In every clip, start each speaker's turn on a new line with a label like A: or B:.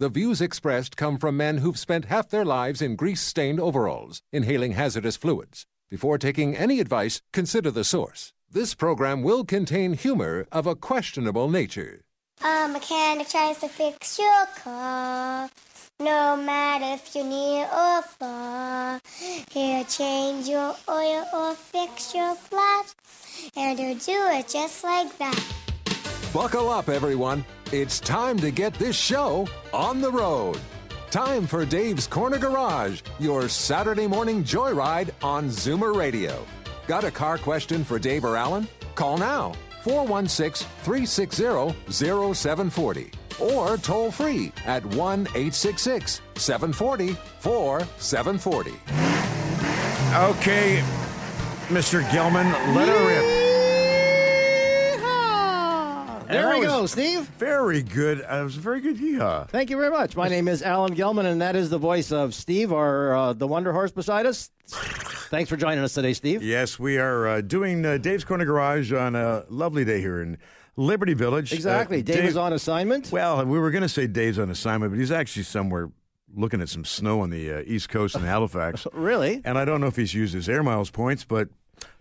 A: the views expressed come from men who've spent half their lives in grease stained overalls, inhaling hazardous fluids. Before taking any advice, consider the source. This program will contain humor of a questionable nature.
B: A mechanic tries to fix your car. No matter if you're near or far, he'll change your oil or fix your flat, and he'll do it just like that.
A: Buckle up, everyone. It's time to get this show on the road. Time for Dave's Corner Garage, your Saturday morning joyride on Zoomer Radio. Got a car question for Dave or Alan? Call now 416 360 0740 or toll free at 1 866 740 4740.
C: Okay, Mr. Gilman, let her rip.
D: There
C: That
D: we
C: was
D: go, Steve.
C: Very good. Uh, it was a very good yeehaw.
D: Thank you very much. My name is Alan Gelman, and that is the voice of Steve, our uh, the Wonder Horse beside us. Thanks for joining us today, Steve.
C: Yes, we are uh, doing uh, Dave's Corner Garage on a lovely day here in Liberty Village.
D: Exactly.
C: Uh,
D: Dave, is on assignment.
C: Well, we were going to say Dave's on assignment, but he's actually somewhere looking at some snow on the uh, East Coast in Halifax.
D: really?
C: and I don't know if he's used his air miles points, but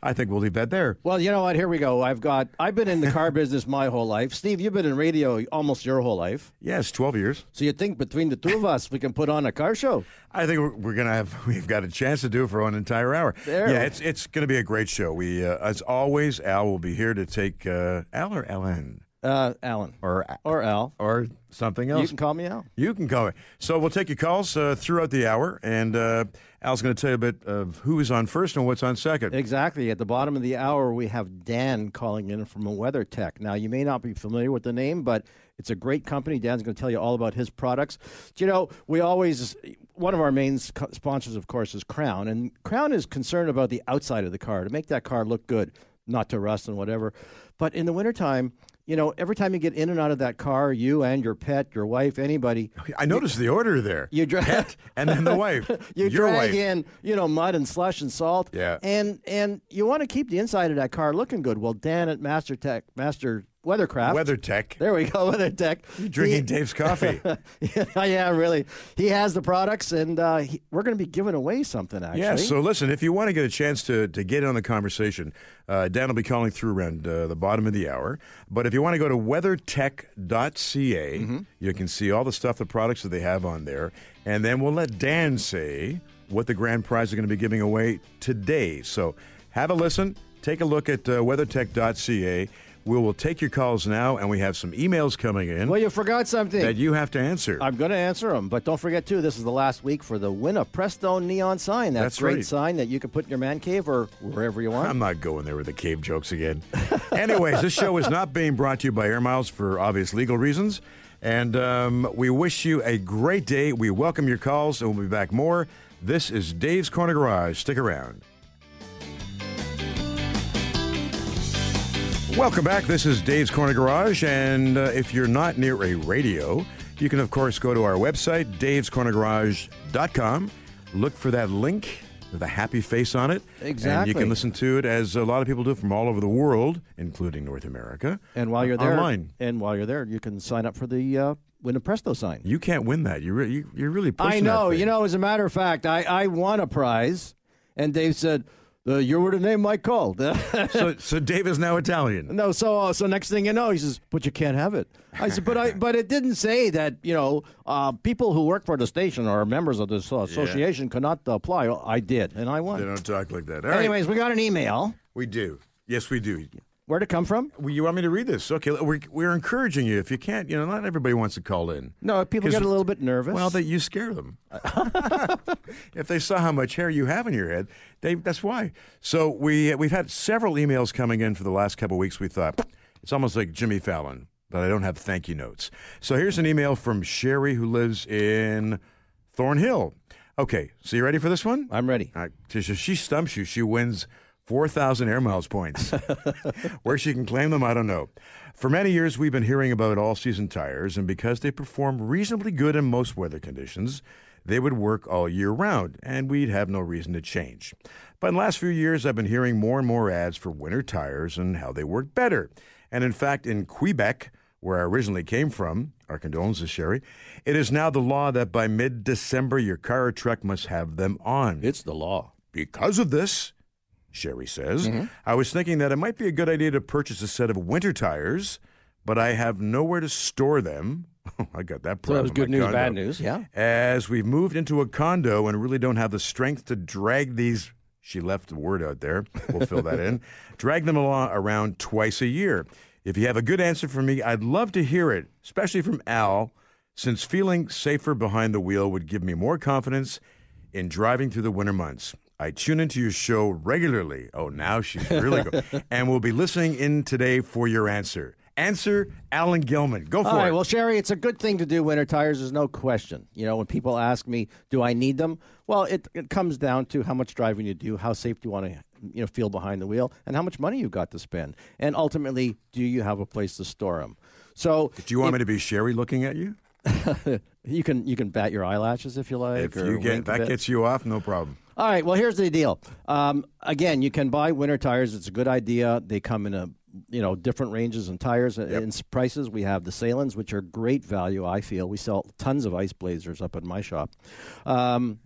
C: I think we'll leave that there.
D: Well, you know what? Here we go. I've got. I've been in the car business my whole life. Steve, you've been in radio almost your whole life.
C: Yes, 12 years.
D: So you think between the two of us, we can put on a car show?
C: I think we're, we're gonna have we've got a chance to do it for an entire hour.
D: There.
C: Yeah, it's it's gonna be a great show. We uh, as always, Al will be here to take uh, Al or Ellen
D: Uh, Alan
C: or
D: or Al,
C: or something
D: you
C: else.
D: can call me Al.
C: You can call me. So we'll take your calls uh, throughout the hour, and uh, Al's going to tell you a bit of who is on first and what's on second.
D: Exactly. At the bottom of the hour, we have Dan calling in from WeatherTech. Now, you may not be familiar with the name, but it's a great company. Dan's going to tell you all about his products. Do you know, we always, one of our main sc- sponsors, of course, is Crown. And Crown is concerned about the outside of the car to make that car look good, not to rust and whatever. But in the wintertime, you know, every time you get in and out of that car, you and your pet, your wife, anybody,
C: I noticed the order there.
D: you drag-
C: Pet and then the wife.
D: you
C: your
D: drag
C: wife.
D: in, you know, mud and slush and salt.
C: Yeah.
D: And and you want to keep the inside of that car looking good. Well, Dan at Master Tech, Master Weathercraft.
C: Weather Tech.
D: There we go, Weather Tech.
C: Drinking Dave's coffee.
D: yeah, yeah, really. He has the products, and uh, he, we're going to be giving away something. Actually,
C: Yeah, so listen, if you want to get a chance to, to get in on the conversation, uh, Dan will be calling through around uh, the bottom of the hour. But if you want to go to weathertech.ca,
D: Mm-hmm.
C: you can see all the stuff, the products that they have on there. And then we'll let Dan say what the grand prize are going to be giving away today. So have a listen, take a look at uh, weathertech.ca. We will take your calls now, and we have some emails coming in
D: well, you forgot something.
C: that you have to answer.
D: I'm going to answer them, but don't forget too. This is the last week for the win a Prestone neon sign. That
C: That's
D: great
C: right.
D: sign that you can put in your man cave or wherever you want.
C: I'm not going there with the cave jokes again. Anyways, this show is not being brought to you by Air Miles for obvious legal reasons. And um, we wish you a great day. We welcome your calls, and we'll be back more. This is Dave's Corner Garage. Stick around. Welcome back. This is Dave's Corner Garage. And uh, if you're not near a radio, you can, of course, go to our website, davescornergarage.com. Look for that link with a happy face on it. And you
D: Exactly.
C: can listen to it as a lot of people do from all over the world, including North America.
D: And while you're there,
C: online.
D: and while you're there, you can sign up for the uh, Win a Presto sign.
C: You can't win that. You re- you, you're really pushing
D: I
C: that
D: know.
C: thing.
D: You know, as a matter of fact, I, I won a prize, and Dave said, "Uh, "You were to name my call."
C: So, so Dave is now Italian.
D: no, so uh, so next thing you know, he says, "But you can't have it." I said, "But I but it didn't say that you know uh, people who work for the station or are members of this uh, association cannot apply." Well, I did, and I
C: They
D: won.
C: don't talk like that. All right.
D: Anyways, we got an email.
C: We do. Yes, we do.
D: Where to come from?
C: Well, you want me to read this? Okay, we're, we're encouraging you. If you can't, you know, not everybody wants to call in.
D: No, people
C: 'Cause-
D: get a little bit nervous.
C: Well, that you scare them. if they saw how much hair you have in your head, they that's why. So we we've had several emails coming in for the last couple of weeks. We thought it's almost like Jimmy Fallon, but I don't have thank you notes. So here's an email from Sherry who lives in Thornhill. Okay, so you ready for this one?
D: I'm ready.
C: Uh, Tisha, she stumps you. She wins 4,000 air miles points. Where she can claim them, I don't know. For many years, we've been hearing about all season tires, and because they perform reasonably good in most weather conditions, they would work all year round, and we'd have no reason to change. But in the last few years, I've been hearing more and more ads for winter tires and how they work better. And in fact, in Quebec, where I originally came from, our condolences, Sherry, it is now the law that by mid December, your car or truck must have them on.
D: It's the law. Mm-hmm.
C: Because of this, Sherry says, I was thinking that it might be a good idea to purchase a set of winter tires, but I have nowhere to store them. Oh, I got that
D: So
C: problem.
D: that was
C: in
D: good
C: my
D: news,
C: condo.
D: bad news. Yeah.
C: As we've moved into a condo and really don't have the strength to drag these, she left the word out there. We'll fill that in. Drag them along around twice a year. If you have a good answer for me, I'd love to hear it, especially from Al, since feeling safer behind the wheel would give me more confidence in driving through the winter months. I tune into your show regularly. Oh, now she's really good. and we'll be listening in today for your answer. Answer Alan Gilman. Go for
D: All right,
C: it.
D: well, Sherry, it's a good thing to do winter tires. There's no question. You know, when people ask me, "Do I need them?" Well, it, it comes down to how much driving you do, how safe do you want to, you know, feel behind the wheel, and how much money you've got to spend, and ultimately, do you have a place to store them? So
C: Do you want me to be Sherry looking at you?
D: you can you can bat your eyelashes if you like.
C: If
D: or
C: you
D: wink
C: get
D: a
C: that
D: bit.
C: gets you off, no problem.
D: All right. Well, here's the deal. Um, again, you can buy winter tires. It's a good idea. They come in a you know different ranges and tires and and s- prices. We have the Salins, which are great value. I feel we sell tons of ice blazers up at my shop. Um,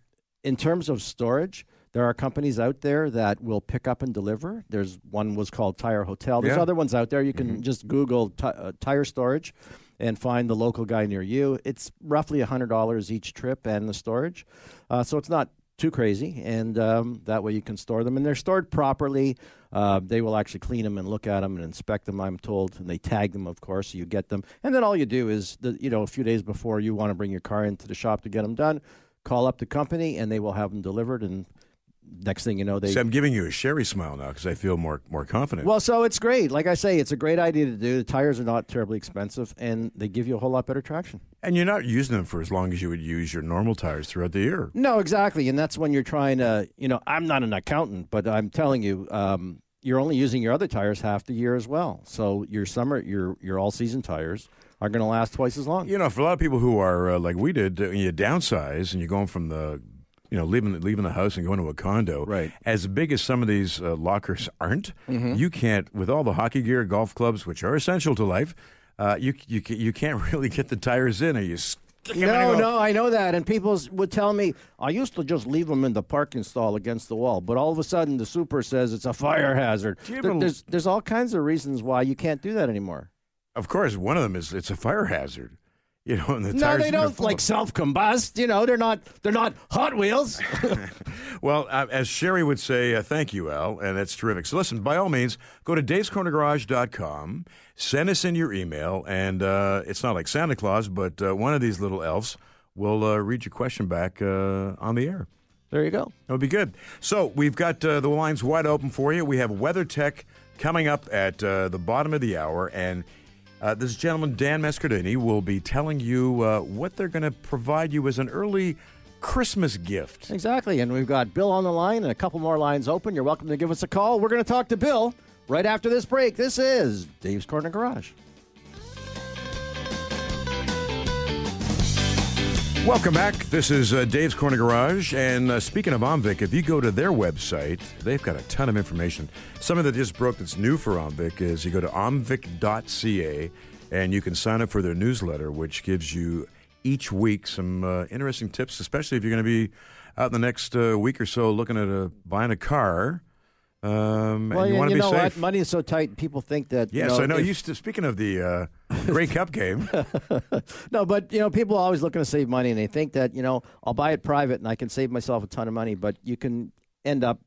D: in terms of storage. There are companies out there that will pick up and deliver. There's one was called Tire Hotel. There's
C: Yeah.
D: other ones out there. You can just Google ti uh, tire storage and find the local guy near you. It's roughly $100 each trip and the storage. Uh, so it's not too crazy. And um, that way you can store them. And they're stored properly. Uh, they will actually clean them and look at them and inspect them, I'm told. And they tag them, of course, so you get them. And then all you do is, the, you know, a few days before you want to bring your car into the shop to get them done, call up the company and they will have them delivered. And next thing you know, they
C: See, I'm giving you a Sherry smile now because I feel more more confident.
D: well, so it's great. Like I say, it's a great idea to do. The tires are not terribly expensive, and they give you a whole lot better traction.
C: and you're not using them for as long as you would use your normal tires throughout the year.
D: No, exactly. And that's when you're trying to, you know, I'm not an accountant, but I'm telling you, um, you're only using your other tires half the year as well. So your summer, your your all season tires are going to last twice as long.
C: You know, for a lot of people who are uh, like we did, uh, you downsize and you're going from the, you know, leaving leaving the house and going to a condo.
D: Right. Mm-hmm.
C: As big as some of these uh, lockers aren't, you can't with all the hockey gear, golf clubs, which are essential to life. Uh, you you ca- you can't really get the tires in. Are you? stick 'em in and
D: No,
C: go-
D: no, I know that. And people s- would tell me, I used to just leave them in the parking stall against the wall, but all of a sudden the super says it's a fire hazard.
C: Do you have
D: There-
C: a-
D: there's, there's all kinds of reasons why you can't do that anymore.
C: Of course, one of them is it's a fire hazard. You know, and the
D: No,
C: tires
D: they
C: are gonna
D: don't
C: fall.
D: like self combust. You know, they're not they're not Hot Wheels.
C: Well, uh, as Sherry would say, uh, thank you, Al, and that's terrific. So listen, by all means, go to davescornergarage.com, send us in your email, and uh, it's not like Santa Claus, but uh, one of these little elves will uh, read your question back uh, on the air.
D: there you go.
C: That would be good. So we've got uh, the lines wide open for you. We have WeatherTech coming up at uh, the bottom of the hour, and uh, this gentleman Dan Mascardini will be telling you uh, what they're going to provide you as an early Christmas gift.
D: Exactly. And we've got Bill on the line and a couple more lines open. You're welcome to give us a call. We're going to talk to Bill right after this break. This is Dave's Corner Garage.
C: Welcome back. This is uh, Dave's Corner Garage. And uh, speaking of Omvic, if you go to their website, they've got a ton of information. Something that just broke that's new for Omvic is you go to omvic.ca and you can sign up for their newsletter, which gives you each week some uh, interesting tips, especially if you're going to be out in the next uh, week or so looking at a, buying a car. Um, and you want to be
D: know
C: safe.
D: what? Money is so tight. People think that.
C: yes,
D: you know,
C: I know.
D: if-
C: you st- speaking of the uh, Grey Cup game,
D: No, but you know, people are always looking to save money, and they think that you know, I'll buy it private, and I can save myself a ton of money. But you can end up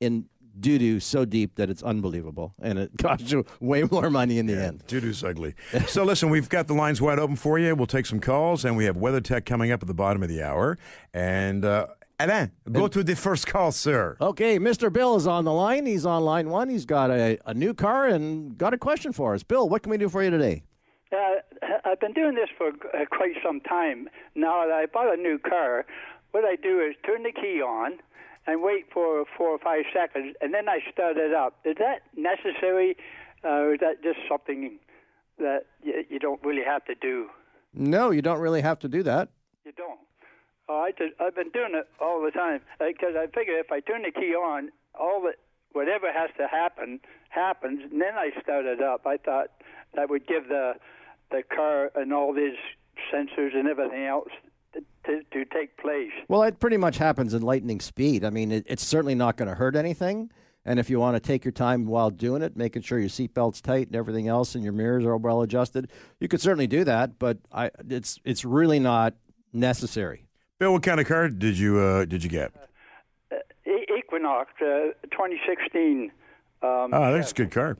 D: in doo doo so deep that it's unbelievable, and it costs you way more money in the end.
C: Doo-doo's ugly. so listen, we've got the lines wide open for you. We'll take some calls, and we have weather tech coming up at the bottom of the hour. And uh, Alain, go to the first call, sir.
D: Okay, Mr. Bill is on the line. He's on line one. He's got a, a new car and got a question for us. Bill, what can we do for you today?
E: Uh, I've been doing this for uh, quite some time. Now that I bought a new car, what I do is turn the key on and wait for four or five seconds, and then I start it up. Is that necessary, uh, or is that just something that y- you don't really have to do?
D: No, you don't really have to do that.
E: You don't. Oh, I just, I've been doing it all the time because I figure if I turn the key on, all that whatever has to happen happens, and then I start it up. I thought that would give the the car and all these sensors and everything else to, to, to take place.
D: Well, it pretty much happens in lightning speed. I mean, it, it's certainly not going to hurt anything. And if you want to take your time while doing it, making sure your seatbelt's tight and everything else, and your mirrors are well adjusted, you could certainly do that. But I, it's it's really not necessary.
C: Bill, what kind of car did you uh, did you get?
E: E- Equinox uh, 2016. Um,
C: Ah, that's a good car.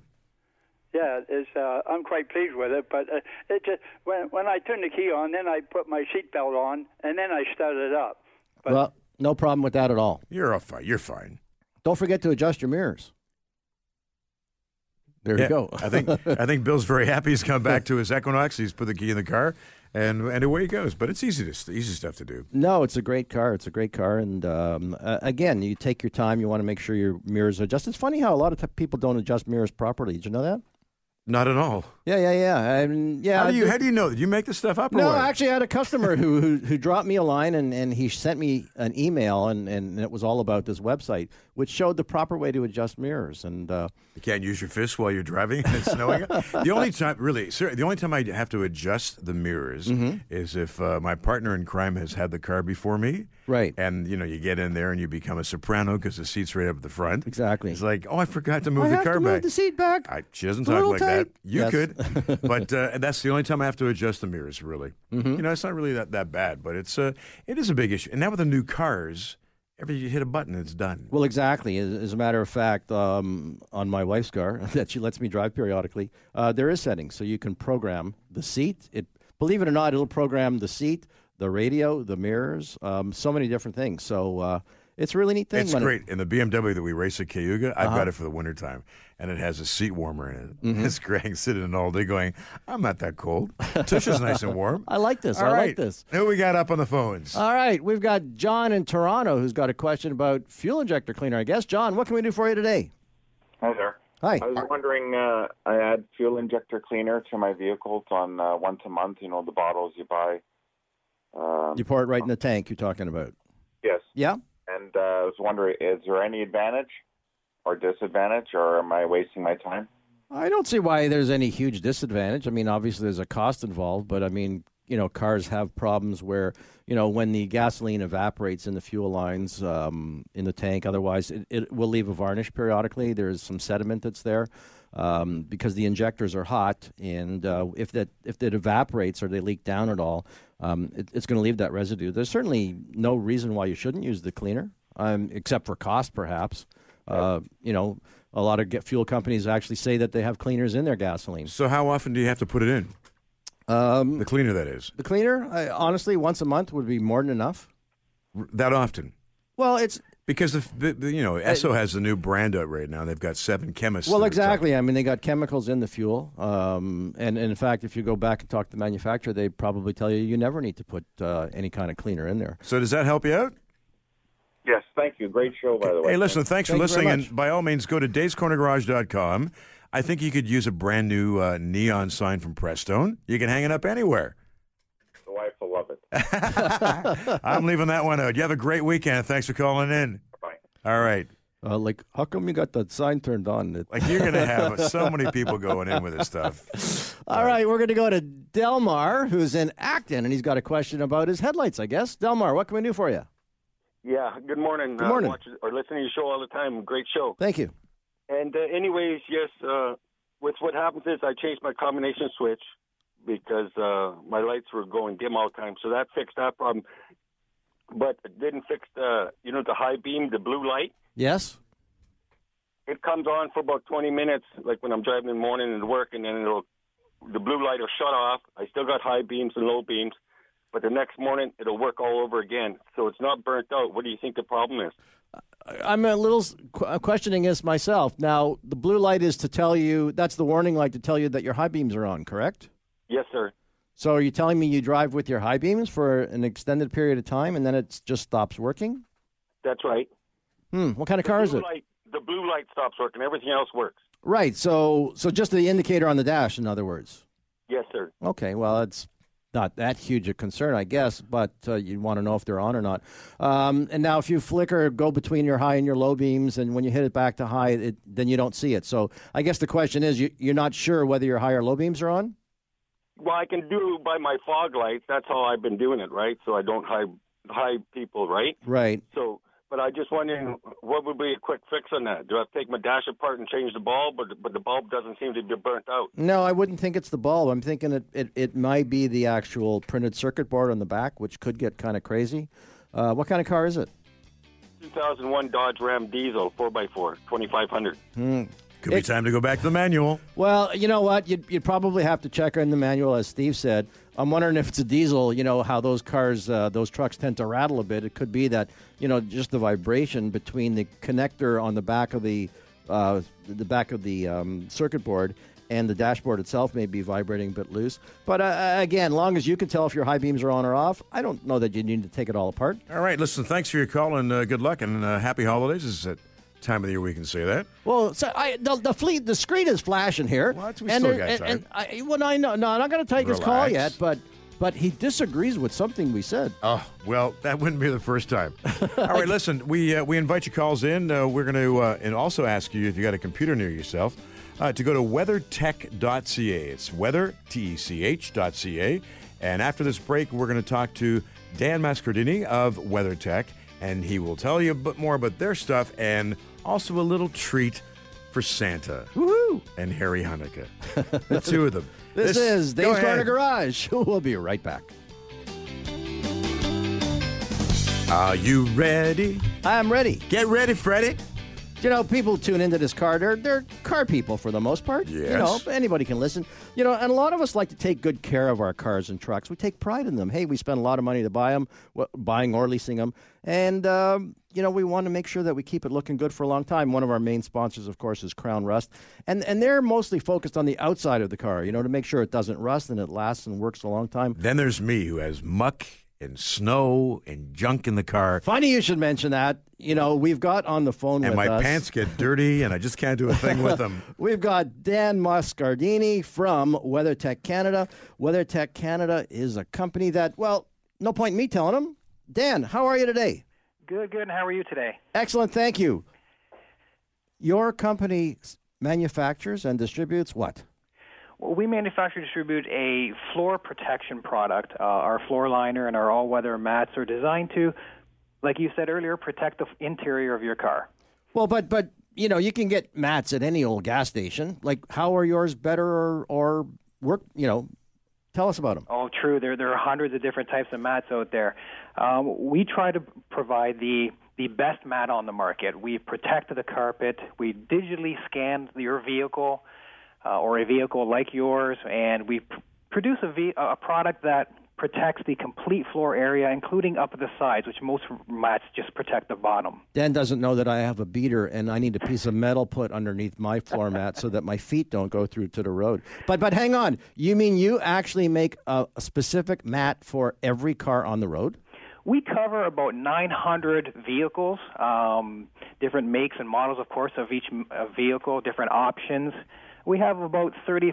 E: Yeah, it's, uh, I'm quite pleased with it. But uh, it just when when I turn the key on, then I put my seatbelt on, and then I start it up. But-
D: well, no problem with that at all.
C: You're all fine. You're fine.
D: Don't forget to adjust your mirrors. There you
C: Yeah,
D: go.
C: I think I think Bill's very happy. He's come back to his Equinox. He's put the key in the car, and and away he goes. But it's easy to easy stuff to do.
D: No, it's a great car. It's a great car, and um, uh, again, you take your time. You want to make sure your mirrors are adjusted. It's funny how a lot of t- people don't adjust mirrors properly. Did you know that?
C: Not at all.
D: Yeah, yeah, yeah. I mean, yeah.
C: How do you
D: just-
C: how do you know? Did you make this stuff up? Or
D: no,
C: what?
D: actually, I had a customer who, who who dropped me a line, and, and he sent me an email, and, and it was all about this website, which showed the proper way to adjust mirrors. And uh,
C: You can't use your fist while you're driving and it's snowing. the only time, really, sir, the only time I have to adjust the mirrors
D: Mm-hmm.
C: is if uh, my partner in crime has had the car before me.
D: Right.
C: And, you know, you get in there and you become a soprano because the seat's right up at the front.
D: Exactly.
C: It's like, oh, I forgot to move
D: I
C: the
D: have
C: car
D: to
C: back.
D: move the seat back.
C: I, she doesn't
D: It's a
C: talk
D: little
C: like that.
D: tight.
C: You
D: Yes.
C: could. but uh, and that's the only time I have to adjust the mirrors, really.
D: Mm-hmm.
C: You know, it's not really that, that bad, but it's uh, it is a big issue. And now with the new cars, every you hit a button, it's done.
D: Well, exactly. As, as a matter of fact, um, on my wife's car that she lets me drive periodically, uh, there is settings so you can program the seat. It, believe it or not, it'll program the seat, the radio, the mirrors, um, so many different things. So uh, it's a really neat thing.
C: It's
D: when it- Uh-huh.
C: great. In the BMW that we race at Cayuga, I've got it for the wintertime, and it has a seat warmer in it.
D: Mm-hmm.
C: It's Greg sitting in all day going, I'm not that cold. Tisha's nice and warm.
D: I like this.
C: All
D: I
C: right.
D: like this.
C: Who we got up on the phones?
D: All right, we've got John in Toronto who's got a question about fuel injector cleaner. I guess John, what can we do for you today?
F: Hi there.
D: Hi.
F: I was wondering, uh, I add fuel injector cleaner to my vehicles on uh, once a month. You know, the bottles you buy. Um,
D: You pour it right in the tank. You're talking about.
F: yes.
D: Yeah.
F: And uh, I was wondering, is there any advantage or disadvantage, or am I wasting my time?
D: I don't see why there's any huge disadvantage. I mean, obviously there's a cost involved, but I mean, you know, cars have problems where you know when the gasoline evaporates in the fuel lines um, in the tank. Otherwise, it, it will leave a varnish periodically. There's some sediment that's there um, because the injectors are hot, and uh, if that if it evaporates or they leak down at all, um, it, it's going to leave that residue. There's certainly no reason why you shouldn't use the cleaner, um, except for cost, perhaps. Uh, you know, a lot of ge- fuel companies actually say that they have cleaners in their gasoline.
C: So, how often do you have to put it in? Um, the cleaner, that is.
D: The cleaner, I, honestly, once a month would be more than enough.
C: R- That often.
D: Well, it's Uh,
C: Because, the, f- the, the- you know, Esso has the new brand out right now. They've got seven chemists.
D: well,
C: that are talking-
D: exactly. I mean, they got chemicals in the fuel, um, and, and in fact, if you go back and talk to the manufacturer, they probably tell you you never need to put uh, any kind of cleaner in there.
C: So, does that help you out?
F: Yes. Thank you. Great show, by the way.
C: Hey, listen, thanks
D: Thank
C: for
D: you very
C: listening.
D: much.
C: And by all means, go to davescornergarage.com. I think you could use a brand new uh, neon sign from Prestone. You can hang it up anywhere.
F: The wife will love it.
C: I'm leaving that one out. You have a great weekend. Thanks for calling in.
F: Bye.
C: All right.
D: Uh, like, how come you got that sign turned on? It-
C: Like you're gonna have so many people going in with this stuff.
D: All right, we're going to go to Delmar, who's in Acton, and he's got a question about his headlights. I guess Delmar, what can we do for you?
G: Yeah, good morning.
D: Good morning.
G: Uh, watch or listen to your show all the time. Great show.
D: Thank you.
G: And uh, anyways, yes, uh, with what happens is I changed my combination switch because uh, my lights were going dim all the time. So that fixed that problem. But it didn't fix the, you know, the high beam, the blue light.
D: Yes.
G: It comes on for about 20 minutes, like when I'm driving in the morning and work, and then it'll, the blue light will shut off. I still got high beams and low beams, but the next morning it'll work all over again. So it's not burnt out. What do you think the problem is?
D: I'm a little s- qu- uh, questioning this myself. Now, the blue light is to tell you that's the warning light to tell you that your high beams are on, correct?
G: Yes, sir.
D: So are you telling me you drive with your high beams for an extended period of time and then it just stops working?
G: That's right.
D: Hmm. What kind of car is
G: Blue
D: it?
G: light, the blue light stops working. Everything else works.
D: Right. So so just the indicator on the dash, in other words.
G: Yes, sir.
D: Okay. Well, it's not that huge a concern, I guess, but uh, you want to know if they're on or not. Um, and now, if you flicker, go between your high and your low beams, and when you hit it back to high, it, then you don't see it. So I guess the question is, you, you're not sure whether your high or low beams are on.
G: Well, I can do by my fog lights. That's how I've been doing it, right? So I don't hide hide people, right?
D: Right.
G: So, but I just wondering what would be a quick fix on that? Do I have to take my dash apart and change the bulb? But but the bulb doesn't seem to be burnt out.
D: No, I wouldn't think it's the bulb. I'm thinking it, it, it might be the actual printed circuit board on the back, which could get kind of crazy. Uh, what kind of car is it?
G: 2001 Dodge Ram diesel 4x4 2500.
C: Could be time to go back to the manual.
D: Hmm. Well, you know what? You'd, you'd probably have to check in the manual, as Steve said. I'm wondering if it's a diesel, you know, how those cars, uh, those trucks tend to rattle a bit. It could be that, you know, just the vibration between the connector on the back of the, uh, the back of the um, circuit board and the dashboard itself may be vibrating a bit loose. But uh, again, long as you can tell if your high beams are on or off, I don't know that you need to take it all apart.
C: All right, listen, thanks for your call and uh, good luck and uh, happy holidays. This is that time of the year we can say that.
D: Well, so I, the, the fleet, the screen is flashing here.
C: What? We
D: And,
C: still
D: there-
C: got
D: and,
C: time.
D: and I, well, I know, no, I'm not going to take his call
C: Relax.
D: yet, but but he disagrees with something we said.
C: Oh, well, that wouldn't be the first time. All right, listen, we uh, we invite your calls in. Uh, we're going to uh, and also ask you if you got a computer near yourself uh, to go to weathertech.ca. It's weather, T E C H dot C A. And after this break, we're going to talk to Dan Mascardini of WeatherTech, and he will tell you a bit more about their stuff and also a little treat for Santa
D: Woohoo!
C: and Harry Hanukkah. the two of them.
D: This, is
C: go
D: Dave's Corner
C: ahead.
D: Garage. We'll be right back.
C: Are you ready?
D: I'm ready.
C: Get ready, Freddie.
D: You know, people tune into this car. They're, they're car people for the most part. You know,
C: Yes.
D: anybody can listen. You know, and a lot of us like to take good care of our cars and trucks. We take pride in them. Hey, we spend a lot of money to buy them, buying or leasing them. And, um, you know, we want to make sure that we keep it looking good for a long time. One of our main sponsors, of course, is Crown Rust. And, and they're mostly focused on the outside of the car, you know, to make sure it doesn't rust and it lasts and works a long time.
C: Then there's me who has muck and snow and junk in the car,
D: Funny you should mention that. You know, we've got on the phone
C: and
D: with
C: my
D: us-
C: pants get dirty, and I just can't do a thing with them.
D: We've got Dan Moscardini from WeatherTech Canada. WeatherTech Canada is a company that, well, no point in me telling him. Dan, how are you today?
H: Good, good. And how are you today?
D: Excellent, thank you. Your company s- manufactures and distributes what?
H: Well, we manufacture and distribute a floor protection product. Uh, our floor liner and our all-weather mats are designed to, like you said earlier, protect the f- interior of your car.
D: Well, but but you know you can get mats at any old gas station. Like, how are yours better or or work? You know, tell us about them.
H: Oh, true. There, there are hundreds of different types of mats out there. Um, we try to provide the the best mat on the market. We protect the carpet. We digitally scan your vehicle uh, or a vehicle like yours, and we pr- produce a, ve- a product that protects the complete floor area, including up at the sides, which most mats just protect the bottom.
D: Dan doesn't know that I have a beater and I need a piece of metal put underneath my floor mat so that my feet don't go through to the road. But but hang on, you mean you actually make a, a specific mat for every car on the road?
H: We cover about 900 vehicles, um, different makes and models, of course, of each m- uh, vehicle, different options. We have about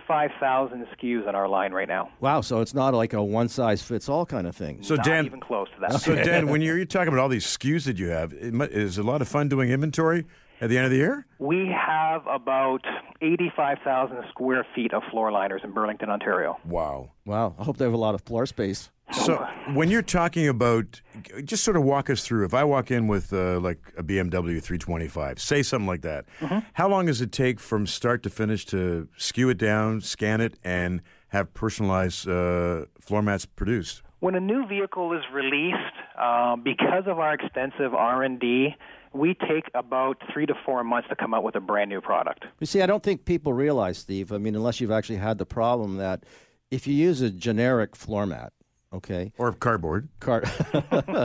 H: 35,000 SKUs on our line right now.
D: Wow, so it's not like a one size fits all kind of thing.
C: So
H: Not
C: Dan,
H: even close to that.
C: so Dan, when you're, you're talking about all these SKUs that you have, it mu- is it a lot of fun doing inventory at the end of the year.
H: We have about 85,000 square feet of floor liners in Burlington, Ontario.
C: Wow.
D: Wow, I hope they have a lot of floor space.
C: So when you're talking about, just sort of walk us through. If I walk in with uh, like a BMW 325, say something like that, how long does it take from start to finish to skew it down, scan it, and have personalized uh, floor mats produced?
H: When a new vehicle is released, um, because of our extensive R&D, we take about three to four months to come out with a brand new product.
D: You see, I don't think people realize, Steve. I mean, unless you've actually had the problem that if you use a generic floor mat, okay,
C: Or cardboard.
D: car.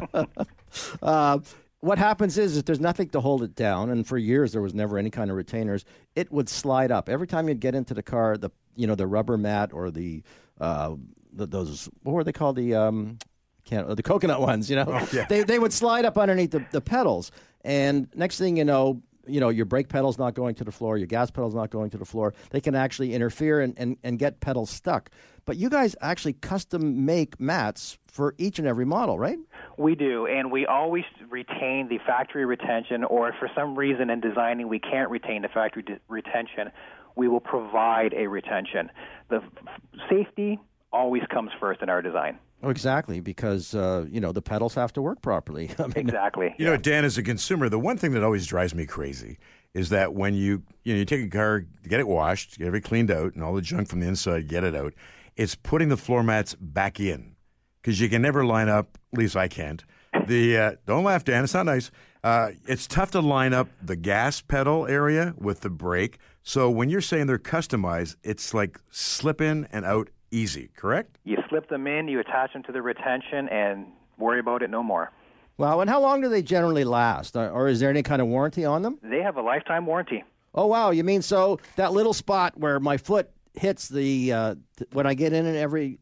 D: uh, what happens is if there's nothing to hold it down, and for years there was never any kind of retainers, it would slide up every time you'd get into the car. The you know the rubber mat or the uh, th- those what were they called the um, can uh, the coconut ones, you know. They they would slide up underneath the, the pedals, and next thing you know, you know your brake pedal's not going to the floor, your gas pedal's not going to the floor. They can actually interfere and and, and get pedals stuck. But you guys actually custom make mats for each and every model, right?
H: We do, and we always retain the factory retention, or if for some reason in designing we can't retain the factory de- retention, we will provide a retention. The f- safety always comes first in our design.
D: Oh, exactly, because uh, you know the pedals have to work properly. I mean,
H: Exactly.
C: You know, Dan, as a consumer, the one thing that always drives me crazy is that when you you know you take a car, get it washed, get it cleaned out, and all the junk from the inside, get it out. It's putting the floor mats back in because you can never line up. At least I can't. The uh, don't laugh, Dan. It's not nice. Uh, it's tough to line up the gas pedal area with the brake. So when you're saying they're customized, it's like slip in and out easy. Correct?
H: You slip them in, you attach them to the retention, and worry about it no more.
D: wow. And how long do they generally last, or, or is there any kind of warranty on them?
H: They have a lifetime warranty.
D: Oh wow, you mean so that little spot where my foot hits the uh, th- when I get in it every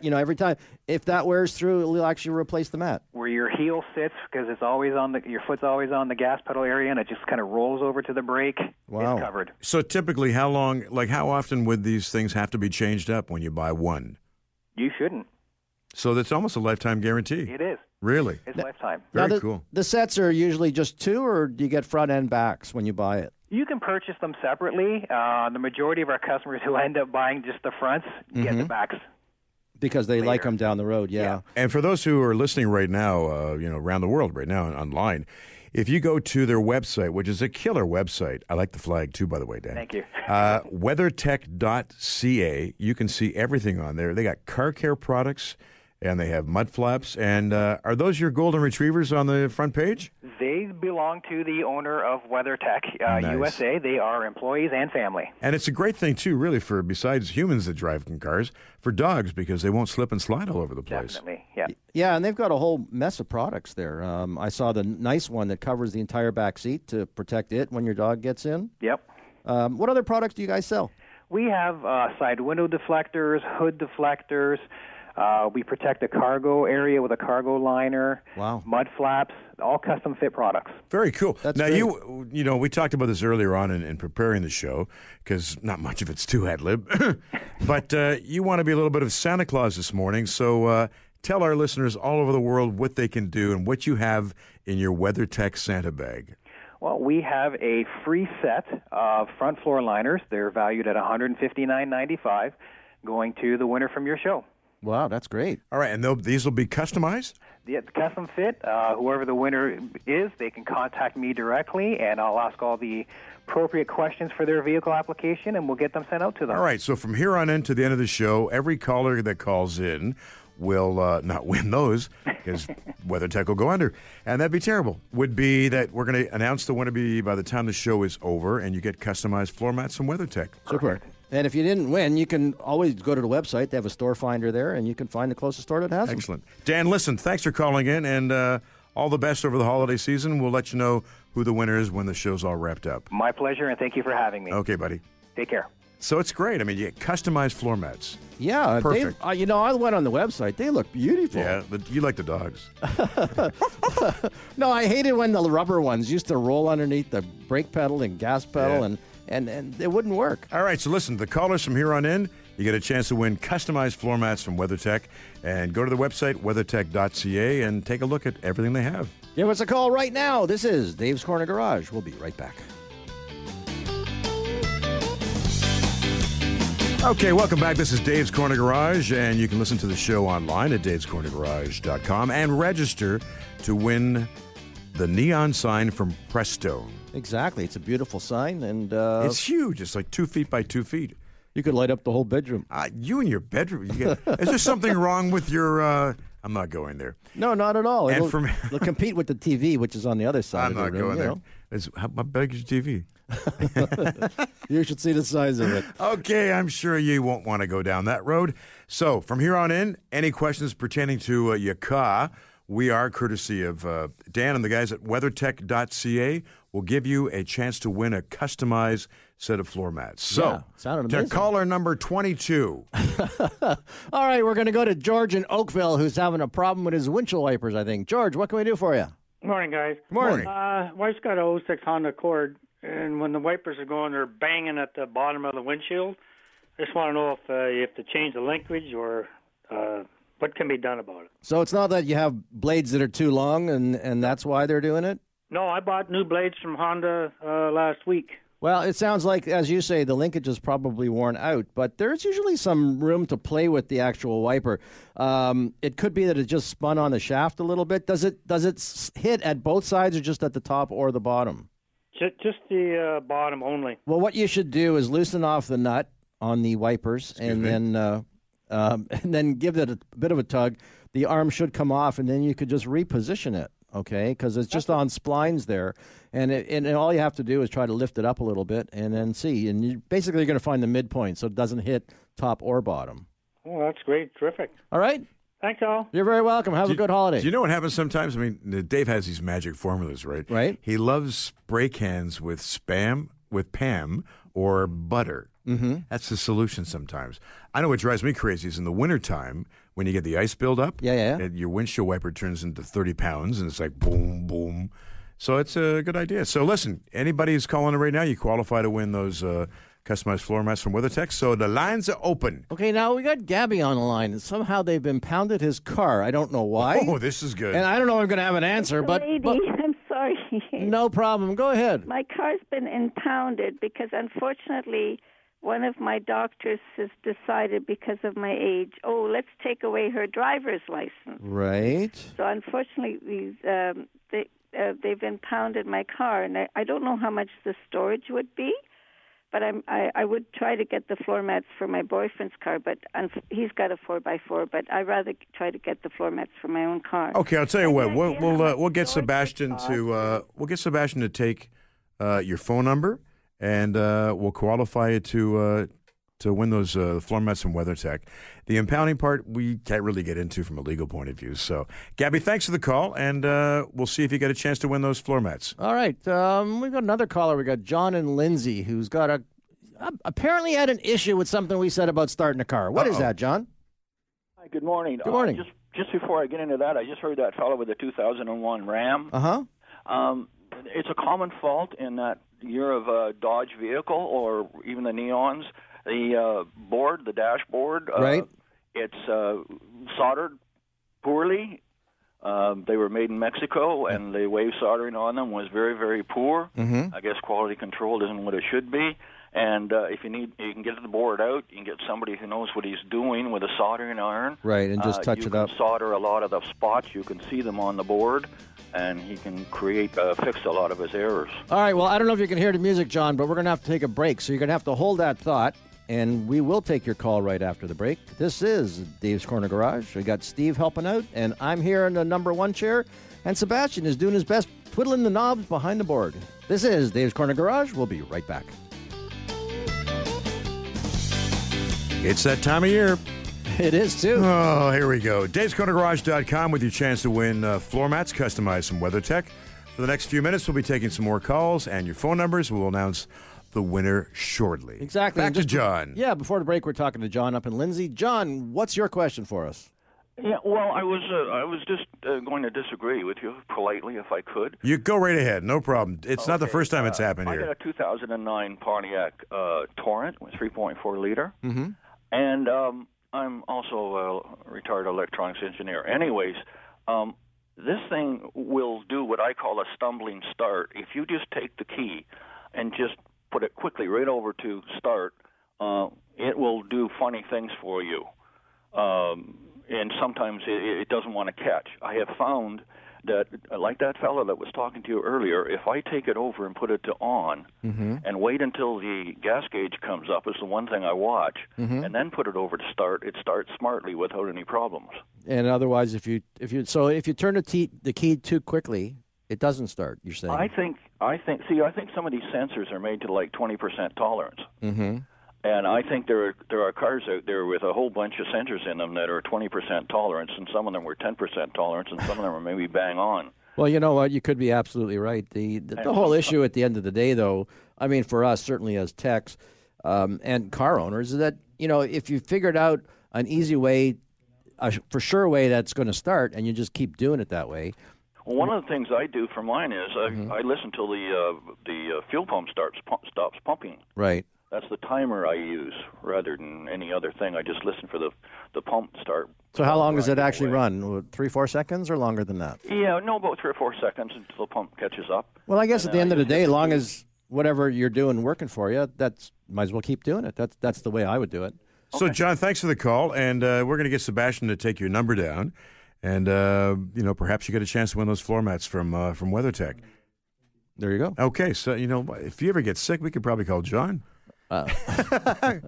D: you know every time if that wears through, it'll actually replace the mat.
H: where your heel sits because it's always on the your foot's always on the gas pedal area and it just kind of rolls over to the brake.
D: Wow.
H: It's covered.
C: So typically, how long? Like how often would these things have to be changed up when you buy one?
H: You shouldn't.
C: So that's almost a lifetime guarantee.
H: It is.
C: Really?
H: It's lifetime.
C: Very
D: now the,
C: cool.
D: The sets are usually just two, or do you get front and backs when you buy it?
H: You can purchase them separately. Uh, the majority of our customers who end up buying just the fronts get the backs.
D: Because they like 'em like them down the road. Yeah.
C: And for those who are listening right now, uh, you know, around the world right now and online, if you go to their website, which is a killer website, I like the flag too, by the way, Dan.
H: Thank you.
C: Uh, weathertech.ca, you can see everything on there. They got car care products and they have mud flaps. And uh, are those your golden retrievers on the front page?
H: They belong to the owner of WeatherTech uh,
C: Nice.
H: USA. They are employees and family.
C: And it's a great thing too, really, for besides humans that drive in cars, for dogs because they won't slip and slide all over the place.
H: Definitely. Yeah.
D: Yeah, and they've got a whole mess of products there. Um, I saw the nice one that covers the entire back seat to protect it when your dog gets in.
H: Yep.
D: Um, what other products do you guys sell?
H: We have uh, side window deflectors, hood deflectors. Uh, we protect the cargo area with a cargo liner.
D: Wow.
H: Mud flaps, all custom fit products.
C: Very cool.
D: That's
C: now
D: great.
C: you you know we talked about this earlier on in, in preparing the show because not much of it's too ad lib, but uh, you want to be a little bit of Santa Claus this morning. So uh, tell our listeners all over the world what they can do and what you have in your WeatherTech Santa bag.
H: Well, we have a free set of front floor liners. They're valued at $159.95, going to the winner from your show.
D: Wow, that's great.
C: All right, and they'll- these will be customized.
H: The the custom fit, uh, whoever the winner is, they can contact me directly, and I'll ask all the appropriate questions for their vehicle application, and we'll get them sent out to them.
C: All right, so from here on in to the end of the show, every caller that calls in will uh, not win those because WeatherTech will go under, and that'd be terrible. Would be that we're going to announce the winner be by the time the show is over, and you get customized floor mats from WeatherTech.
D: Super. And if you didn't win, you can always go to the website. They have a store finder there, and you can find the closest store that has them.
C: Excellent, Dan. Listen, thanks for calling in, and uh, all the best over the holiday season. We'll let you know who the winner is when the show's all wrapped up.
H: My pleasure, and thank you for having me.
C: Okay, buddy.
H: Take care.
C: So it's great. I mean, you get customized floor mats.
D: Yeah, they-
C: Perfect.
D: uh, you know, I went on the website. They look beautiful.
C: Yeah, but you like the dogs.
D: No, I hated when the rubber ones used to roll underneath the brake pedal and gas pedal,
C: Yeah.
D: and, and, and it wouldn't work.
C: All right, so listen, the callers from here on in, you get a chance to win customized floor mats from WeatherTech. And go to the website, weathertech.ca, and take a look at everything they have.
D: Give us a call right now. This is Dave's Corner Garage. We'll be right back.
C: Okay, welcome back. This is Dave's Corner Garage, and you can listen to the show online at davescornergarage.com and register to win the neon sign from Presto.
D: Exactly. It's a beautiful sign, and uh,
C: it's huge. It's like two feet by two feet.
D: you could light up the whole bedroom.
C: Uh, you and your bedroom. You get, is there something wrong with your? Uh, I'm not going there.
D: No, not at all.
C: And
D: It'll,
C: from-
D: it'll compete with the TV, which is on the other side
C: I'm
D: of the
C: not
D: room.
C: going
D: you,
C: there.
D: know.
C: It's, how, how big is your TV?
D: you should see the size of it.
C: Okay, I'm sure you won't want to go down that road. So, from here on in, any questions pertaining to uh, your car we are courtesy of uh, Dan and the guys at weathertech.ca. will give you a chance to win a customized set of floor mats.
D: Yeah,
C: So,
D: sounded
C: to
D: amazing.
C: caller number 22,
D: All right, we're going to go to George in Oakville, who's having a problem with his windshield wipers. I think. George, what can we do for you?
I: Morning, guys.
C: Morning.
I: Uh, wife's got a 06 Honda Accord, and when the wipers are going, they're banging at the bottom of the windshield. I just want to know if uh, you have to change the linkage or uh, what can be done about it.
D: So it's not that you have blades that are too long, and and that's why they're doing it.
I: No, I bought new blades from Honda uh, last week.
D: Well, it sounds like, as you say, the linkage is probably worn out, but there's usually some room to play with the actual wiper. Um, it could be that it just spun on the shaft a little bit. Does it does it s- hit at both sides or just at the top or the bottom?
I: Just, just the uh, bottom only.
D: Well, what you should do is loosen off the nut on the wipers and then uh, um, and then give it a bit of a tug. The arm should come off, and then you could just reposition it. Okay, because it's just on splines there, and it, and all you have to do is try to lift it up a little bit, and then see, and you basically you're going to find the midpoint, so it doesn't hit top or bottom.
I: Oh, that's great. Terrific.
D: All right,
I: Thanks, all.
D: you're very welcome. Have a good holiday.
C: do you know what happens sometimes? I mean, Dave has these magic formulas, right?
D: Right.
C: He loves spray cans with spam, with Pam, or butter. Mm-hmm. That's the solution sometimes. I know what drives me crazy is in the wintertime when you get the ice buildup.
D: Yeah, yeah, yeah.
C: and your windshield wiper turns into 30 pounds and it's like boom, boom. So it's a good idea. So listen, anybody who's calling in right now, you qualify to win those uh, customized floor mats from WeatherTech. So the lines are open.
D: okay, now we got Gabby on the line, and somehow they've impounded his car. I don't know why,
C: oh, this is good.
D: and I don't know if I'm going to have an answer, but,
J: Lady,
D: but
J: I'm sorry.
D: no problem. Go ahead.
J: My car's been impounded because, unfortunately, one of my doctors has decided, because of my age, oh, let's take away her driver's license.
D: Right.
J: So, unfortunately, these um, they uh, they've impounded my car, and I, I don't know how much the storage would be. But I'm, I, I would try to get the floor mats for my boyfriend's car, but unf- he's got a four by four. But I would rather try to get the floor mats for my own car.
C: Okay, I'll tell you what. We'll we'll, uh, we'll get Sebastian to uh, we'll get Sebastian to take uh, your phone number, and uh, we'll qualify you to uh, to win those uh, floor mats from WeatherTech. The impounding part we can't really get into from a legal point of view. So, Gabby, thanks for the call, and uh, we'll see if you get a chance to win those floor mats.
D: All right. Um, we've got another caller. We got John and Lindsay, who's got a apparently had an issue with something we said about starting a car. What is that, John?
K: Hi, good morning.
D: Good morning.
K: Uh, just just before I get into that, I just heard that fellow with the 2001 Ram.
D: Uh huh.
K: Um, it's a common fault in that year of a Dodge vehicle or even the Neons. The uh, board, the dashboard, uh,
D: Right.
K: it's uh, soldered poorly. Um, they were made in Mexico, and the wave soldering on them was very, very poor.
D: Mm-hmm.
K: I guess quality control isn't what it should be. And uh, if you need, you can get the board out. You can get somebody who knows what he's doing with a soldering iron.
D: Right, and just
K: Uh,
D: touch
K: you
D: it
K: can
D: up.
K: Solder a lot of the spots. You can see them on the board, and he can create uh, fix a lot of his errors.
D: All right. Well, I don't know if you can hear the music, John, but we're going to have to take a break. So you're going to have to hold that thought, and we will take your call right after the break. This is Dave's Corner Garage. We got Steve helping out, and I'm here in the number one chair, and Sebastian is doing his best twiddling the knobs behind the board. This is Dave's Corner Garage. We'll be right back.
C: It's that time of year.
D: It is too.
C: Oh, here we go. Dave'sCornerGarage.com with your chance to win uh, floor mats customized from WeatherTech. For the next few minutes, we'll be taking some more calls and your phone numbers. We'll announce the winner shortly.
D: Exactly.
C: Back
D: And
C: to
D: just-
C: John.
D: Yeah, before the break, we're talking to John up in Lindsay. John, what's your question for us?
K: Yeah. Well, I was uh, I was just uh, going to disagree with you politely, if I could.
C: You go right ahead. No problem. It's not the first time it's happened
K: I got
C: here.
K: a 2009 Pontiac uh, Torrent with 3.4 liter, mm-hmm. and um, I'm also a retired electronics engineer. Anyways, um, this thing will do what I call a stumbling start. If you just take the key and just put it quickly right over to start, uh, it will do funny things for you um, and sometimes it, it doesn't want to catch. I have found that, like that fellow that was talking to you earlier, if I take it over and put it to on
D: Mm-hmm.
K: and wait until the gas gauge comes up, is the one thing I watch, and then put it over to start, it starts smartly without any problems.
D: And otherwise, if you if you so if you turn the, te- the key too quickly, it doesn't start. You're saying
K: I think I think see I think some of these sensors are made to like 20% tolerance. Mm-hmm. And I think there are, there are cars out there with a whole bunch of sensors in them that are 20% tolerance, and some of them were 10% tolerance, and some of them are maybe bang on.
D: Well, you know what? You could be absolutely right. The the, the whole issue at the end of the day, though, I mean, for us certainly as techs um, and car owners, is that you know if you figured out an easy way, a sh- for sure way that's going to start, and you just keep doing it that way.
K: Well, one of the things I do for mine is I, I listen till the uh, the uh, fuel pump starts pu- stops pumping.
D: Right.
K: That's the timer I use rather than any other thing. I just listen for the the pump start.
D: So how long does it actually run? Three, four seconds, or longer than that?
K: Yeah, no, about three or four seconds until the pump catches up.
D: Well, I guess at the end of the day, long as whatever you're doing working for you, that's might as well keep doing it. That's that's the way I would do it.
C: So, John, thanks for the call, and uh, we're going to get Sebastian to take your number down, and uh, you know perhaps you get a chance to win those floor mats from uh, from WeatherTech.
D: There you go.
C: Okay, so you know if you ever get sick, we could probably call John.
D: Uh.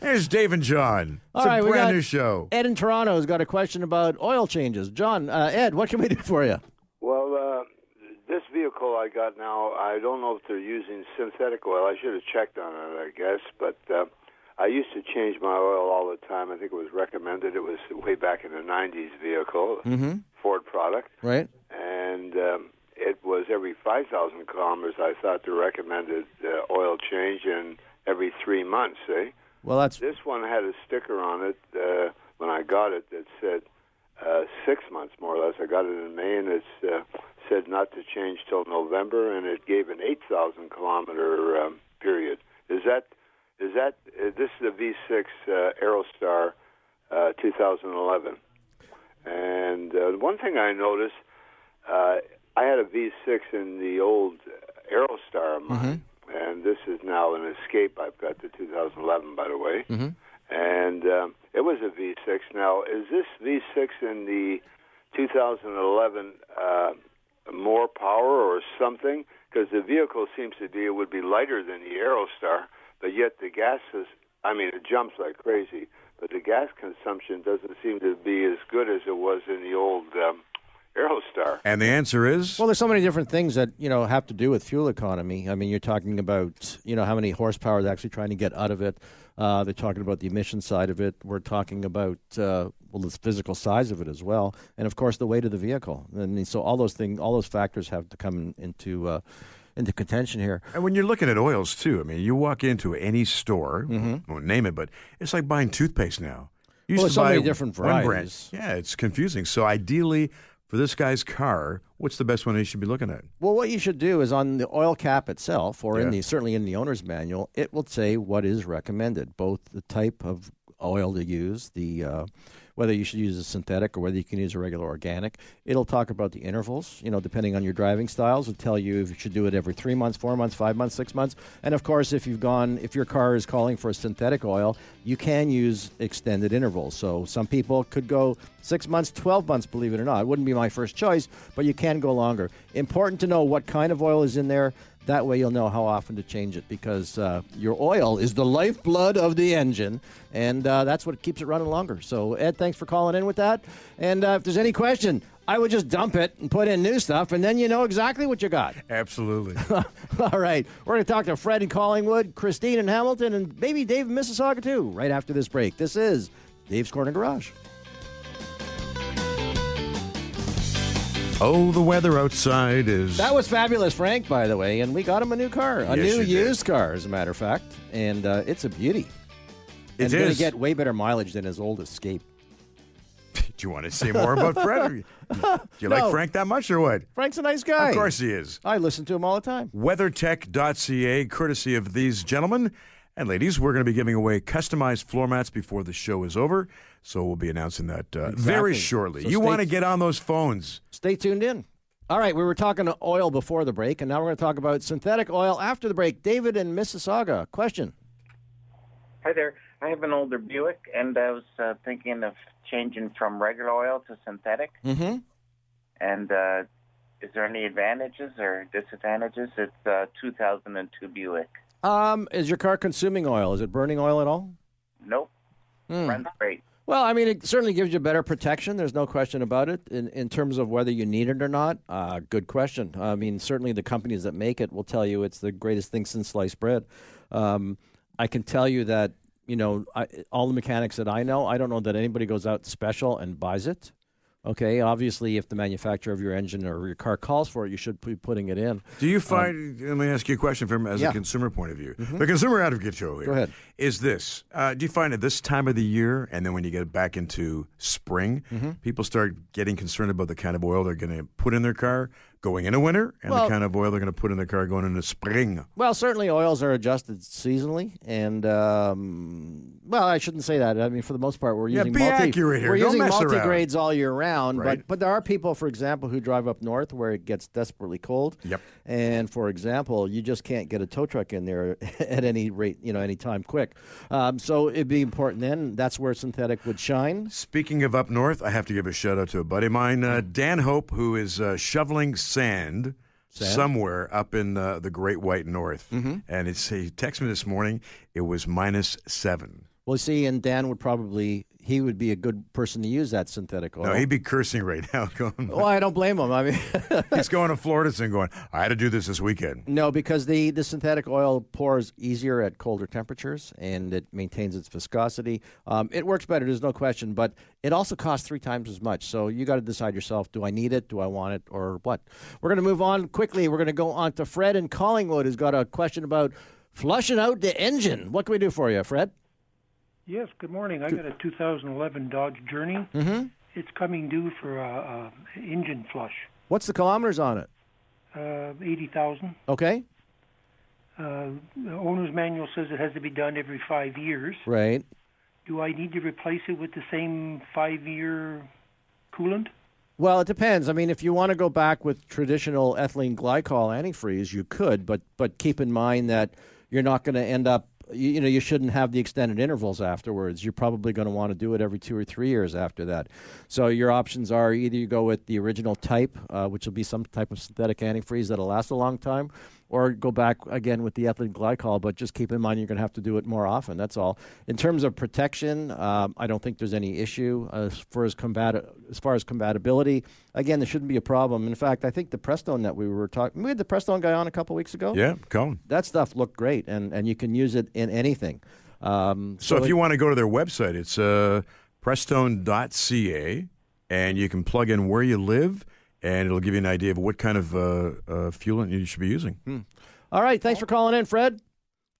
C: There's Dave and John. It's
D: All
C: a
D: right, we
C: brand
D: got
C: new show.
D: Ed in Toronto has got a question about oil changes. John, uh, Ed, what can we do for you?
L: Well, uh, this vehicle I got now, I don't know if they're using synthetic oil. I should have checked on it, I guess. But uh, I used to change my oil all the time. I think it was recommended. It was way back in the 90s vehicle,
D: Mm-hmm.
L: Ford product.
D: Right.
L: And um, it was every 5,000 kilometers, I thought the recommended uh, oil change, and every three months, eh?
D: Well, that's
L: This one had a sticker on it uh, when I got it that said uh, six months, more or less. I got it in May, and it uh, said not to change till November, and it gave an 8,000 kilometer um, period. Is that is that uh, this is a V6 uh, Aerostar uh, 2011? And uh, one thing I noticed, uh, I had a V6 in the old Aerostar of mine
D: Mm-hmm.
L: and this is now an Escape. I've got the 2011, by the way,
D: Mm-hmm.
L: and um, it was a V6. Now, is this V6 in the 2011 uh, more power or something? Because the vehicle seems to be it would be lighter than the Aerostar, but yet the gas is. I mean, it jumps like crazy, but the gas consumption doesn't seem to be as good as it was in the old um, Aerostar.
C: And the answer is
D: Well, there's so many different things that you know have to do with fuel economy. I mean, you're talking about you know how many horsepower they're actually trying to get out of it. Uh, they're talking about the emission side of it. We're talking about uh, well, the physical size of it as well, and of course the weight of the vehicle. And so all those things, all those factors have to come in, into uh, into contention here.
C: And when you're looking at oils too, I mean, you walk into any store, I won't name it, but it's like buying toothpaste now. You
D: Mm-hmm. Well,
C: used
D: there's
C: to
D: so
C: buy
D: many different
C: one brand.
D: varieties.
C: Yeah, it's confusing. So ideally, for this guy's car, what's the best one he should be looking at?
D: Well, what you should do is on the oil cap itself, or in
C: Yeah.
D: the certainly in the owner's manual, it will say what is recommended, both the type of oil to use, the uh, whether you should use a synthetic or whether you can use a regular organic. It'll talk about the intervals, you know, depending on your driving styles. It'll tell you if you should do it every three months, four months, five months, six months, and of course, if you've gone, if your car is calling for a synthetic oil, you can use extended intervals. So some people could go six months, 12 months, believe it or not. It wouldn't be my first choice, but you can go longer. Important to know what kind of oil is in there. That way you'll know how often to change it because uh, your oil is the lifeblood of the engine, and uh, that's what keeps it running longer. So, Ed, thanks for calling in with that. And uh, if there's any question, I would just dump it and put in new stuff, and then you know exactly what you got.
C: Absolutely.
D: All right. We're going to talk to Fred in Collingwood, Christine in Hamilton, and maybe Dave in Mississauga, too, right after this break. This is Dave's Corner Garage.
C: Oh, the weather outside is.
D: That was fabulous, Frank, by the way. And we got him a new car, a
C: Yes,
D: new
C: you did.
D: used car, as a matter of fact. And uh, it's a beauty.
C: It
D: and going
C: is.
D: to get way better mileage than his old Escape.
C: Do you want to say more about Fred? Do you like
D: No.
C: Frank that much or what?
D: Frank's a nice guy.
C: Of course he is.
D: I listen to him all the time.
C: WeatherTech.ca, courtesy of these gentlemen and ladies. We're going to be giving away customized floor mats before the show is over. So we'll be announcing that uh, very
D: Exactly.
C: shortly.
D: So
C: you
D: stay-
C: want to get on those phones.
D: Stay tuned in. All right, we were talking oil before the break, and now we're going to talk about synthetic oil after the break. David in Mississauga, question.
M: Hi there. I have an older Buick, and I was uh, thinking of changing from regular oil to synthetic.
D: Mm-hmm.
M: And uh, is there any advantages or disadvantages? It's uh, 2002 Buick.
D: Um, is your car consuming oil? Is it burning oil at all?
M: Nope.
D: Hmm.
M: Runs great.
D: Well, I mean, it certainly gives you better protection. There's no question about it. In, in terms of whether you need it or not, uh, good question. I mean, certainly the companies that make it will tell you it's the greatest thing since sliced bread. Um, I can tell you that you know I, all the mechanics that I know. I don't know that anybody goes out special and buys it. Okay, obviously, if the manufacturer of your engine or your car calls for it, you should be putting it in.
C: Do you
D: Um,
C: find? let me ask you a question from as
D: yeah.
C: a consumer point of view.
D: Mhm.
C: The consumer advocate show here.
D: Go ahead.
C: Is this? Uh, do you find at this time of the year, and then when you get back into spring,
D: Mm. mm-hmm.
C: people start getting concerned about the kind of oil they're going to put in their car going into winter, and
D: Well-
C: the kind of oil they're going to put in their car going into spring?
D: Well, certainly oils are adjusted seasonally, and um, well, I shouldn't say that. I mean, for the most part, we're
C: Yeah,
D: using
C: be
D: multi.
C: accurate here.
D: We're
C: Don't
D: using
C: mess around.
D: multi grades all year round,
C: Right.
D: but but there are people, for example, who drive up north where it gets desperately cold.
C: Yep.
D: And for example, you just can't get a tow truck in there at any rate, you know, any time quick. Um, so it'd be important then. That's where synthetic would shine.
C: Speaking of up north, I have to give a shout out to a buddy of mine, uh, Dan Hope, who is uh, shoveling sand,
D: Sand? Mm-hmm.
C: somewhere up in uh, the Great White North. And it's, he texted me this morning. It was minus seven.
D: Well, see, and Dan would probably he would be a good person to use that synthetic oil.
C: No, he'd be cursing right now. Going,
D: well, I don't blame him. I mean,
C: he's going to Florida and going. I had to do this this weekend.
D: No, because the, the synthetic oil pours easier at colder temperatures and it maintains its viscosity. Um, it works better, there's no question, but it also costs three times as much. So you got to decide yourself do I need it, do I want it, or what? We're going to move on quickly. We're going to go on to Fred in Collingwood, who's got a question about flushing out the engine. What can we do for you, Fred?
N: Yes, good morning. I got a 2011 Dodge Journey.
D: Mm-hmm.
N: It's coming due for uh, uh, engine flush,
D: What's the kilometers on it?
N: uh, 80,000.
D: Okay.
N: Uh, the owner's manual says it has to be done every five years.
D: Right.
N: Do I need to replace it with the same five-year coolant?
D: Well, it depends. I mean, if you want to go back with traditional ethylene glycol antifreeze, you could, but but keep in mind that you're not going to end up. You, you know, you shouldn't have the extended intervals afterwards. You're probably going to want to do it every two or three years after that. So your options are either you go with the original type, uh, which will be some type of synthetic antifreeze that'll last a long time, or go back again with the ethylene glycol. But just keep in mind you're going to have to do it more often. That's all. In terms of protection, um, I don't think there's any issue as far as combat as far as compatibility. Again, there shouldn't be a problem. In fact, I think the Prestone that we were talking, we had the Prestone guy on a couple weeks ago.
C: Yeah, Colin.
D: that stuff looked great, and and you can use it in anything. Um,
C: So, if
D: it-
C: you want to go to their website, it's uh, prestone.ca, and you can plug in where you live, and it'll give you an idea of what kind of uh, uh, fuelant you should be using.
D: Hmm. All right, thanks for calling in, Fred.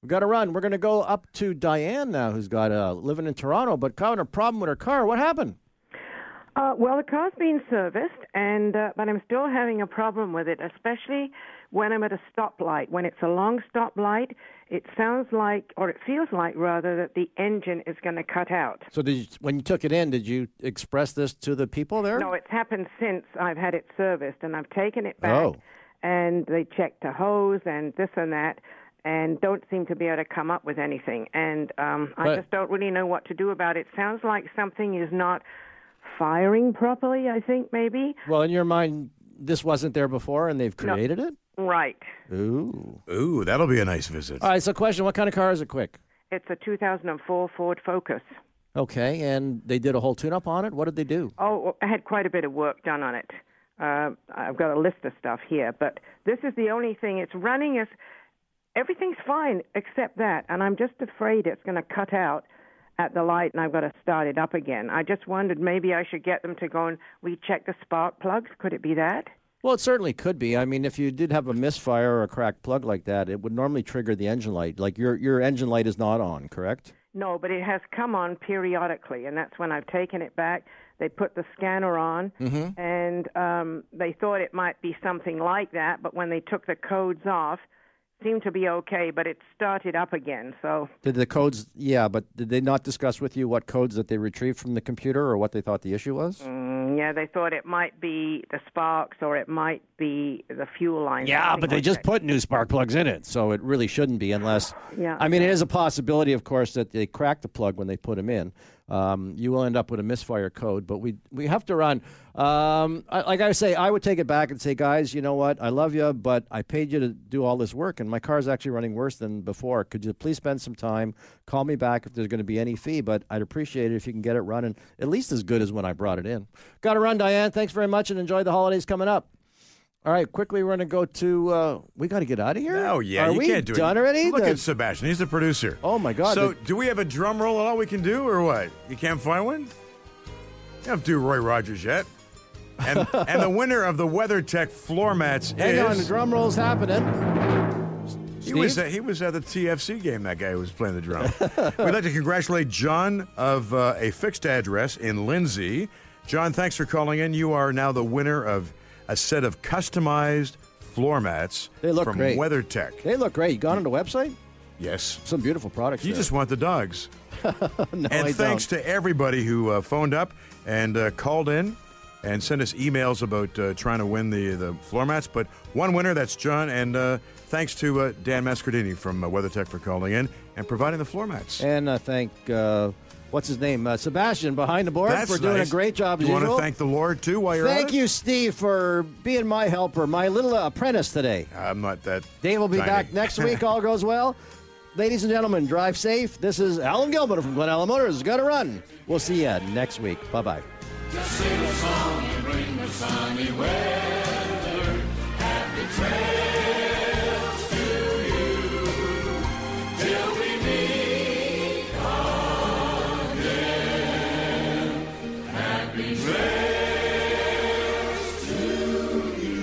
D: We've got to run. We're going to go up to Diane now, who's got uh, living in Toronto, but having a problem with her car. What happened?
O: Uh, well, the car's been serviced, and uh, but I'm still having a problem with it, especially when I'm at a stoplight. When it's a long stoplight, it sounds like, or it feels like rather, that the engine is going to cut out.
D: So, did you, when you took it in, did you express this to the people there?
O: No, it's happened since I've had it serviced, and I've taken it back,
D: Oh,
O: and they checked the hose and this and that, and don't seem to be able to come up with anything. And um, I
D: But-
O: just don't really know what to do about it. Sounds like something is not firing properly. I think maybe.
D: well, in your mind, this wasn't there before, and they've created it.
O: Right.
D: Ooh,
C: ooh, that'll be a nice visit.
D: All right. So, question: What kind of car is it? Quick.
O: It's a 2004 Ford Focus.
D: Okay, and they did a whole tune-up on it. What did they do?
O: Oh, well, I had quite a bit of work done on it. Uh, I've got a list of stuff here, but this is the only thing. It's running as everything's fine except that, and I'm just afraid it's going to cut out at the light, and I've got to start it up again. I just wondered maybe I should get them to go and recheck the spark plugs. Could it be that?
D: Well, it certainly could be. I mean, if you did have a misfire or a cracked plug like that, it would normally trigger the engine light. Like your your engine light is not on, correct?
O: No, but it has come on periodically, and that's when I've taken it back. They put the scanner on,
D: Mm-hmm.
O: and um, they thought it might be something like that. But when they took the codes off, seemed to be okay. But it started up again. So
D: Did the codes? Yeah, but did they not discuss with you what codes that they retrieved from the computer or what they thought the issue was?
O: mm, yeah, they thought it might be the sparks or it might be the fuel line.
D: Yeah,
O: something
D: but they
O: like
D: just put new spark plugs in it, so it really shouldn't be unless.
O: Yeah.
D: I mean, it is a possibility, of course, that they cracked the plug when they put them in. Um, you will end up with a misfire code, but we we have to run. Um, I, like I say, I would take it back and say, guys, you know what? I love you, but I paid you to do all this work, and my car's actually running worse than before. Could you please spend some time? Call me back if there's going to be any fee, but I'd appreciate it if you can get it running at least as good as when I brought it in. Got to run, Diane. Thanks very much, and enjoy the holidays coming up. All right, quickly we're gonna go to. Uh, we got to get out of here.
C: Oh yeah,
D: Are
C: you
D: we
C: can't do
D: done
C: it.
D: already?
C: Look
D: The-
C: at Sebastian; he's the producer.
D: Oh my God!
C: So,
D: the-
C: do we have a drum roll at all we can do, or what? You can't find one. You don't have to do Roy Rogers yet. And and the winner of the WeatherTech floor mats
D: hang
C: is
D: on, the drum roll's happening.
C: he was at, he was at the TFC game. That guy who was playing the drum. We'd like to congratulate John of uh, a fixed address in Lindsay. John, thanks for calling in. You are now the winner of a set of customized floor mats.
D: They look
C: from
D: great.
C: WeatherTech.
D: They look great. You gone on the website?
C: Yes.
D: Some beautiful products.
C: You
D: there.
C: just want the dogs.
D: no,
C: and
D: I
C: thanks
D: don't.
C: to everybody who uh, phoned up and uh, called in and sent us emails about uh, trying to win the, the floor mats. But one winner, that's John. And uh, thanks to uh, Dan Mascardini from uh, WeatherTech for calling in and providing the floor mats.
D: And uh, thank uh, what's his name, uh, Sebastian behind the board
C: That's
D: for doing
C: nice.
D: a great job. As
C: You
D: usual.
C: want to thank the Lord too while you're
D: Thank
C: at
D: you, Steve, for being my helper, my little apprentice today.
C: I'm not that.
D: Dave will be
C: tiny.
D: back next week. All goes well. Ladies and gentlemen, drive safe. This is Alan Gilbert from Glen Allen Motors. Got to run. We'll see you next week. Bye bye.
P: Just sing a song and bring the sunny weather. Happy trails to you till we meet again. Happy trails to you.